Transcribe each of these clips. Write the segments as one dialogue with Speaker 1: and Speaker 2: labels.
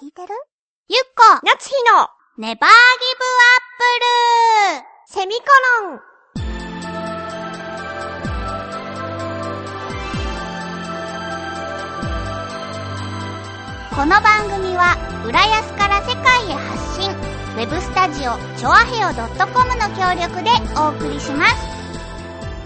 Speaker 1: 聞いてるゆっこ
Speaker 2: 夏日の
Speaker 1: ネバーギブアップルセミコロンこの番組は浦安から世界へ発信ウェブスタジオチョアヘオ .com の協力でお送りします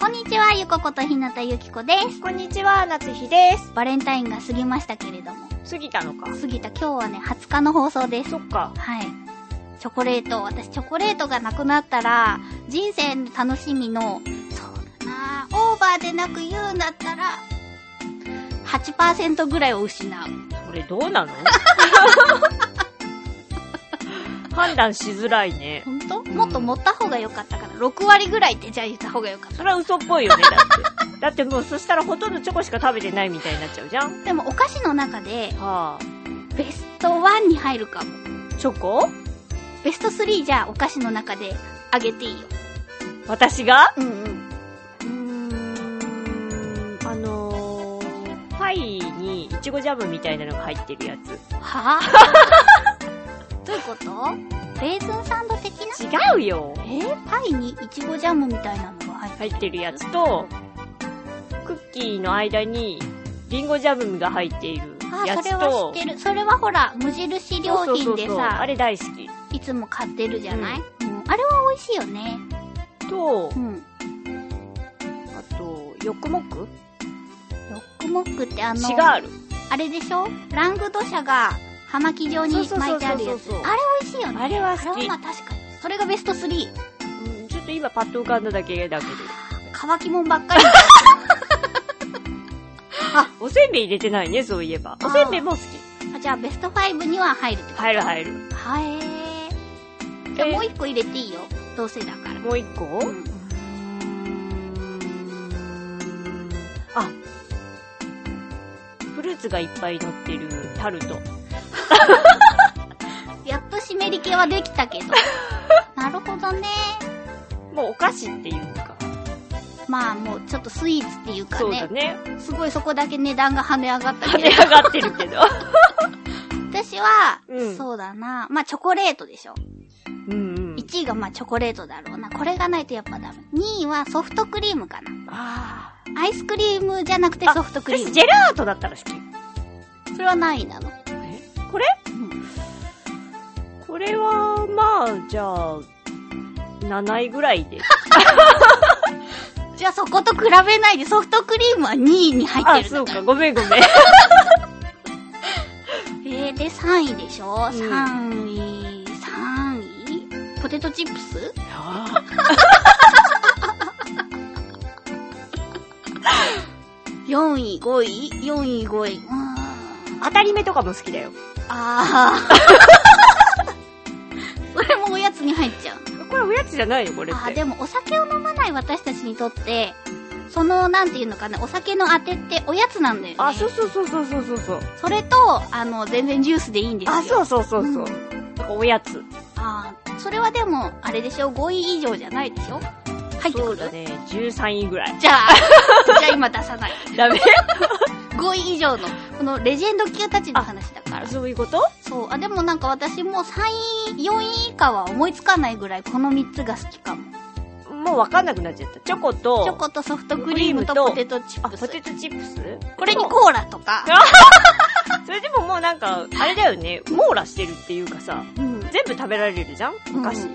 Speaker 1: こんにちはゆこことひなたゆきこです
Speaker 2: こんにちは夏日です
Speaker 1: バレンタインが過ぎましたけれども
Speaker 2: 過ぎたのか
Speaker 1: 過ぎた今日はね20日の放送です
Speaker 2: そっか
Speaker 1: はい。チョコレート、私チョコレートがなくなったら、人生の楽しみの、そうだなオーバーでなく言うんだったら、8%ぐらいを失う。
Speaker 2: これど うなの判断しづらいね
Speaker 1: 本当？もっと持った方が良かったから、6割ぐらいってじゃあ言った方が良かっ
Speaker 2: それは嘘っぽいよねだってだってもうそしたらほとんどチョコしか食べてないみたいになっちゃうじゃん
Speaker 1: た。でもお菓子の中で、
Speaker 2: はあ
Speaker 1: ベスト1に入るかも。
Speaker 2: チョコ
Speaker 1: ベスト3じゃあお菓子の中であげていいよ。
Speaker 2: 私が
Speaker 1: うんうん。
Speaker 2: うーんあのー、パイにいちごジャムみたいなのが入ってるやつ
Speaker 1: はぁ どういうことレーズンサンド的な
Speaker 2: 違うよ
Speaker 1: えー、パイにイチゴジャムみたいなのが入
Speaker 2: 入
Speaker 1: ってる
Speaker 2: ってるやつとクッキーの間にリンゴジャムが入っているや
Speaker 1: あそ
Speaker 2: つ
Speaker 1: れは
Speaker 2: と
Speaker 1: 知ってるそれはほら無印良
Speaker 2: そうそ
Speaker 1: 品
Speaker 2: うそう
Speaker 1: で
Speaker 2: そう
Speaker 1: さ
Speaker 2: あれ大好き
Speaker 1: いつも買ってるじゃない、うんあれは美味しいよね
Speaker 2: と
Speaker 1: うんヨ
Speaker 2: あとヨックモック
Speaker 1: ックモックってあの
Speaker 2: シガール
Speaker 1: あれでしょラングド社が葉巻状に
Speaker 2: そうそう
Speaker 1: 巻
Speaker 2: そ
Speaker 1: いうてあるやつ
Speaker 2: そうそうそう
Speaker 1: あれ美味しいよね
Speaker 2: あれは好き
Speaker 1: あれはまあ確かにそれがベスト3
Speaker 2: うんちょっと今パッと浮かんだだけだけど
Speaker 1: 乾きもんばっか り
Speaker 2: おせんべい入れてないねそういえば
Speaker 1: あー
Speaker 2: おせんべいも好き
Speaker 1: あじゃあベスト5には入るってこと
Speaker 2: 入る入る
Speaker 1: はえー、じゃあ
Speaker 2: え
Speaker 1: もう一個入れていいよどうせだから
Speaker 2: もう一個
Speaker 1: うん
Speaker 2: あフルーツがいっぱい乗ってるタルト
Speaker 1: やっと湿り気はできたけ ど。なるほどね。
Speaker 2: もうお菓子っていうか
Speaker 1: まあもうちょっとスイーツっていうか
Speaker 2: そうだ
Speaker 1: ね。
Speaker 2: ね
Speaker 1: すごいそこだけ値段が跳ね上がった
Speaker 2: 跳
Speaker 1: け
Speaker 2: ね
Speaker 1: ど。
Speaker 2: 上がってる けど
Speaker 1: 私は、
Speaker 2: うん
Speaker 1: そうだな。まあチョコレートでしょ。
Speaker 2: うんうん
Speaker 1: 1位がまあチョコレートだろうな。これがないとやっぱダメ。2位はソフトクリームかな。
Speaker 2: ああ
Speaker 1: アイスクリームじゃなくて
Speaker 2: あ
Speaker 1: ソフトクリー
Speaker 2: 私
Speaker 1: ム
Speaker 2: ジ。ェラートだったら好き
Speaker 1: それは何位なの
Speaker 2: これこれは、まあ、じゃあ、7位ぐらいで。
Speaker 1: じゃあそこと比べないでソフトクリームは2位に入って
Speaker 2: あ、
Speaker 1: るん
Speaker 2: そ
Speaker 1: だ
Speaker 2: う
Speaker 1: か。、
Speaker 2: からごめんごめん。
Speaker 1: えー、で3位でしょ、
Speaker 2: ん
Speaker 1: ?3 位、3位ポテトチップス4位、5位 ?4 位、5位。うーん。
Speaker 2: 当たり目とかも好きだよ。
Speaker 1: あー。 それもおやつに入っちゃう。
Speaker 2: これおやつじゃないよ、これ
Speaker 1: あ
Speaker 2: っ
Speaker 1: ー、
Speaker 2: て。
Speaker 1: でもお酒を飲まない私たちにとって、その、なんていうのかな、お酒の当てっておやつなんだよね。
Speaker 2: あ、そうそうそうそうそうそうそう。
Speaker 1: それと、あの、全然ジュースでいいんですよ。
Speaker 2: あ、そうそうそう
Speaker 1: うん
Speaker 2: そう。なんかおやつ。
Speaker 1: あーそれはでも、あれでしょ、5位以上じゃないでしょ入って
Speaker 2: そ
Speaker 1: く
Speaker 2: うだ
Speaker 1: る、
Speaker 2: ね、13位ぐ らい。
Speaker 1: じゃあ、じゃあ今出さない。
Speaker 2: ダメ
Speaker 1: 5位以上の、このレジェンド級たちの話だから。
Speaker 2: そういうこと
Speaker 1: そう。あ、でもなんか私も3位、4位以下は思いつかないぐらいこの3つが好きかも。
Speaker 2: もうわかんなくなっちゃった。チョコ
Speaker 1: チョ
Speaker 2: と、
Speaker 1: コとソフトクリームと
Speaker 2: クリームと
Speaker 1: ポテトチッ
Speaker 2: あ、
Speaker 1: プス
Speaker 2: ポ。テトチップス
Speaker 1: これに
Speaker 2: こ
Speaker 1: コーラとか。
Speaker 2: う。それでももうなんか、あれだよね、網羅してるっていうかさ、
Speaker 1: うん。
Speaker 2: 全部食べられるじゃんお菓子。
Speaker 1: うん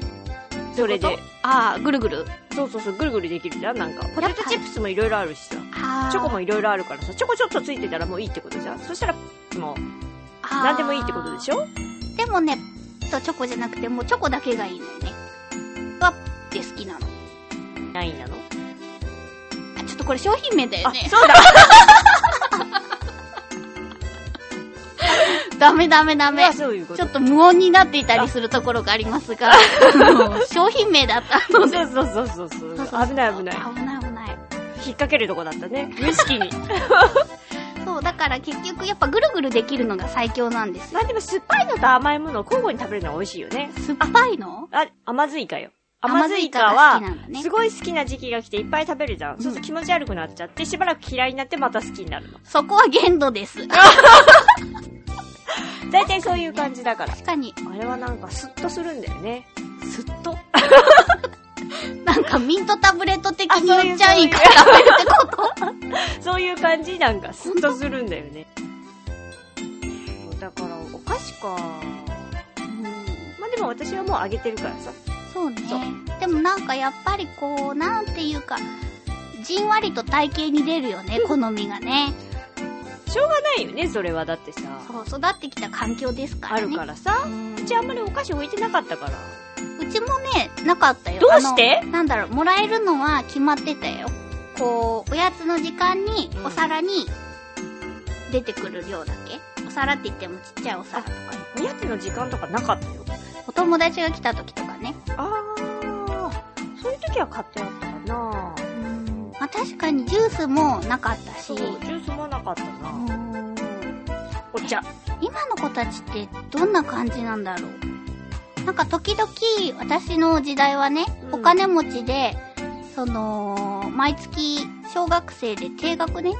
Speaker 2: それ
Speaker 1: そういう
Speaker 2: で
Speaker 1: こ。ああ、ぐるぐる。
Speaker 2: そうそうそう、ぐるぐるできるじゃんなんか。ポテトチップスもいろいろあるしさ。
Speaker 1: あー
Speaker 2: チョコもいろいろあるからさ、チョコちょっとついてたらもういいってことじゃんそしたら、もう、
Speaker 1: あー
Speaker 2: 何でもいいってことでしょ
Speaker 1: でもね、とチョコじゃなくてもうチョコだけがいいのよね。は、って好きなの。
Speaker 2: 何位なの
Speaker 1: あ、ちょっとこれ商品名だよ
Speaker 2: あ、
Speaker 1: ね。
Speaker 2: そうだ
Speaker 1: ダメダメダメ
Speaker 2: あ。そういうこと。
Speaker 1: ちょっと無音になっていたりするところがあります が、あの商品名だった
Speaker 2: そ
Speaker 1: の
Speaker 2: う
Speaker 1: で。
Speaker 2: そうそうそうそうそう。危ない危
Speaker 1: 危な
Speaker 2: ない。
Speaker 1: い危ない。
Speaker 2: 引っ掛けるとこだったね。無意識に。
Speaker 1: そうそう、だから結局やっぱぐるぐるできるのが最強なんですよ。
Speaker 2: まあでも酸っぱいのと甘いものを交互に食べるのは美味しいよね。
Speaker 1: 酸っぱいの
Speaker 2: あ、甘酢イカよ。
Speaker 1: 甘
Speaker 2: 甘
Speaker 1: 酢
Speaker 2: 酢
Speaker 1: イ
Speaker 2: イ
Speaker 1: カ
Speaker 2: カ
Speaker 1: が好
Speaker 2: は
Speaker 1: きなんだね、
Speaker 2: すごい好きな時期が来ていっぱい食べるじゃん。そうすると気持ち悪くなっちゃって、しばらく嫌いになってまた好きになるの。
Speaker 1: そこは限度です。
Speaker 2: 大体そういう感じだから。
Speaker 1: 確かに、
Speaker 2: あれはなんかスッとするんだよね。
Speaker 1: すっと。なんかミントタブレット的に
Speaker 2: あそうい
Speaker 1: 言
Speaker 2: う
Speaker 1: っちゃいから食べるってこと
Speaker 2: そういう感じなんかスッとするんだよね。だから、お菓子か。まあでも私はもうあげてるからさ。
Speaker 1: そうね
Speaker 2: そう
Speaker 1: でもなんかやっぱりこう、なんていうか、じんわりと体型に出るよね、好みがね。
Speaker 2: しょうがないよね、それは。だってさ。
Speaker 1: そう、育ってきた環境ですから
Speaker 2: あ
Speaker 1: ね。
Speaker 2: るから
Speaker 1: う
Speaker 2: さ。
Speaker 1: ん
Speaker 2: うちあんまりお菓子置いてなかったから。
Speaker 1: うちもね、なかったよ。
Speaker 2: どうして
Speaker 1: あのなんだろう、もらえるのは決まってたよ。こう、おやつの時間に
Speaker 2: う、ん
Speaker 1: お皿に、出てくる量だけ。お皿って言ってもちっちゃいお皿とかに。
Speaker 2: おやつの時間とかなかったよ。
Speaker 1: お友達が来た時とかね。
Speaker 2: あー、そういう時は買ってあったかな。
Speaker 1: まあ確かにジュースもなかったし
Speaker 2: そう、ジ、ュースもなかった
Speaker 1: う
Speaker 2: な。
Speaker 1: ん
Speaker 2: お茶。
Speaker 1: 今の子たちってどんな感じなんだろうなんか時々私の時代はね、
Speaker 2: う
Speaker 1: お
Speaker 2: ん
Speaker 1: 金持ちで、その、毎月小学生で低学年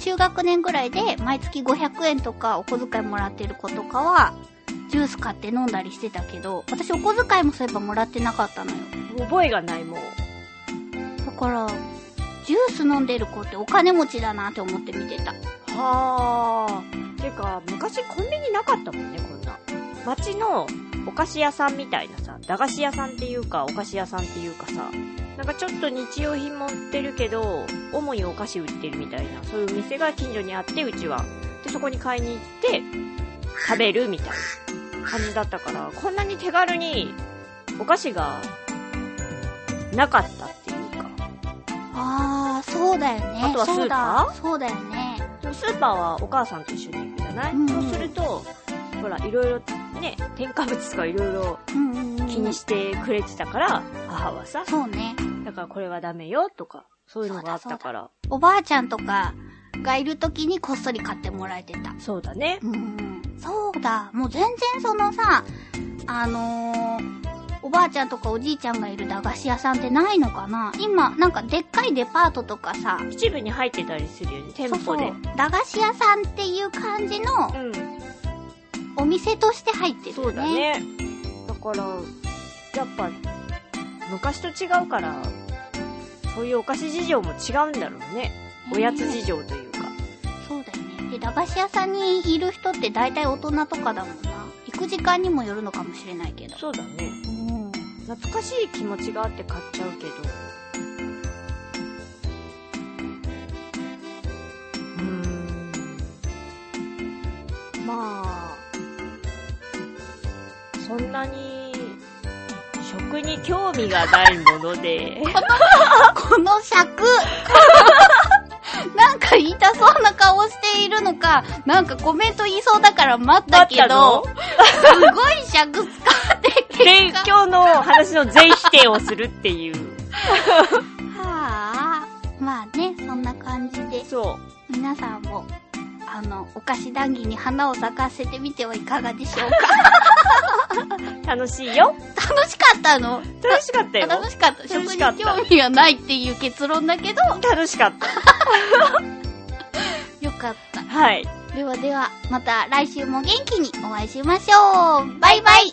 Speaker 1: 中学年ぐらいで毎月500円とかお小遣いもらってる子とかは、ジュース買って飲んだりしてたけど、私お小遣いもそういえばもらってなかったのよ。
Speaker 2: 覚えがないもう。
Speaker 1: だから、ジュース飲んでる子ってお金持ちだなって思って見てた。
Speaker 2: はー。てか、昔コンビニなかったもんね、こんな。街のお菓子屋さんみたいなさ、駄菓子屋さんっていうか、お菓子屋さんっていうかさ、なんかちょっと日用品も売ってるけど、主にお菓子売ってるみたいな、そういう店が近所にあって、うちは。で、そこに買いに行って、食べるみたいな感じだったから、こんなに手軽にお菓子がなかったっていうか。
Speaker 1: あー、そうだよね。
Speaker 2: あとはスーパ
Speaker 1: そうだそうだよね。
Speaker 2: スーパーはお母さんと一緒に行くじゃない、
Speaker 1: うん
Speaker 2: そうすると、ほら、いろいろね、添加物とかいろいろ
Speaker 1: うんうんうん
Speaker 2: 気にしてくれてたから、母はさ、
Speaker 1: そうね。
Speaker 2: だからこれはダメよとか、そういうのがあったから、
Speaker 1: おばあちゃんとかがいる時にこっそり買ってもらえてた。
Speaker 2: そうだね。
Speaker 1: うんうん。そうだ。もう全然そのさ、あのー、おばあちゃんとかおじいちゃんがいる駄菓子屋さんってないのかな今、なんかでっかいデパートとかさ、
Speaker 2: 一部に入ってたりするよね、店
Speaker 1: そうそ
Speaker 2: 舗
Speaker 1: う
Speaker 2: で。
Speaker 1: 駄菓子屋さんっていう感じの
Speaker 2: うん、
Speaker 1: お店として入ってる
Speaker 2: そうだね。だから、やっぱ、昔と違うから、そういうお菓子事情も違うんだろうね。おやつ事情というか。
Speaker 1: そうだよね。で、駄菓子屋さんにいる人って大体大人とかだもんな。行く時間にもよるのかもしれないけど。
Speaker 2: そうだね。
Speaker 1: うん。
Speaker 2: 懐かしい気持ちがあって買っちゃうけど。うーん。まあ、そんなに、食に興味がないもの で、
Speaker 1: この尺 なんか痛そうな顔しているのか、なんかコメント言いそうだから待ったけど、すごい尺使って結
Speaker 2: で、今
Speaker 1: 果。
Speaker 2: 日の話の全否定をするっていう。
Speaker 1: はあ、まあね、そんな感じで、
Speaker 2: そ
Speaker 1: 皆さんも、あの、お菓子談義に花を咲かせてみてはいかがでしょう
Speaker 2: う。楽しいよ。
Speaker 1: か楽しかったの
Speaker 2: 楽しかったよ。
Speaker 1: 楽しかった。食
Speaker 2: 楽
Speaker 1: に
Speaker 2: しかった
Speaker 1: 興味がないっていう結論だけど、
Speaker 2: 楽しかった。
Speaker 1: よかった。
Speaker 2: はい。
Speaker 1: ではでは、また来週も元気にお会いしましょう。バイバイ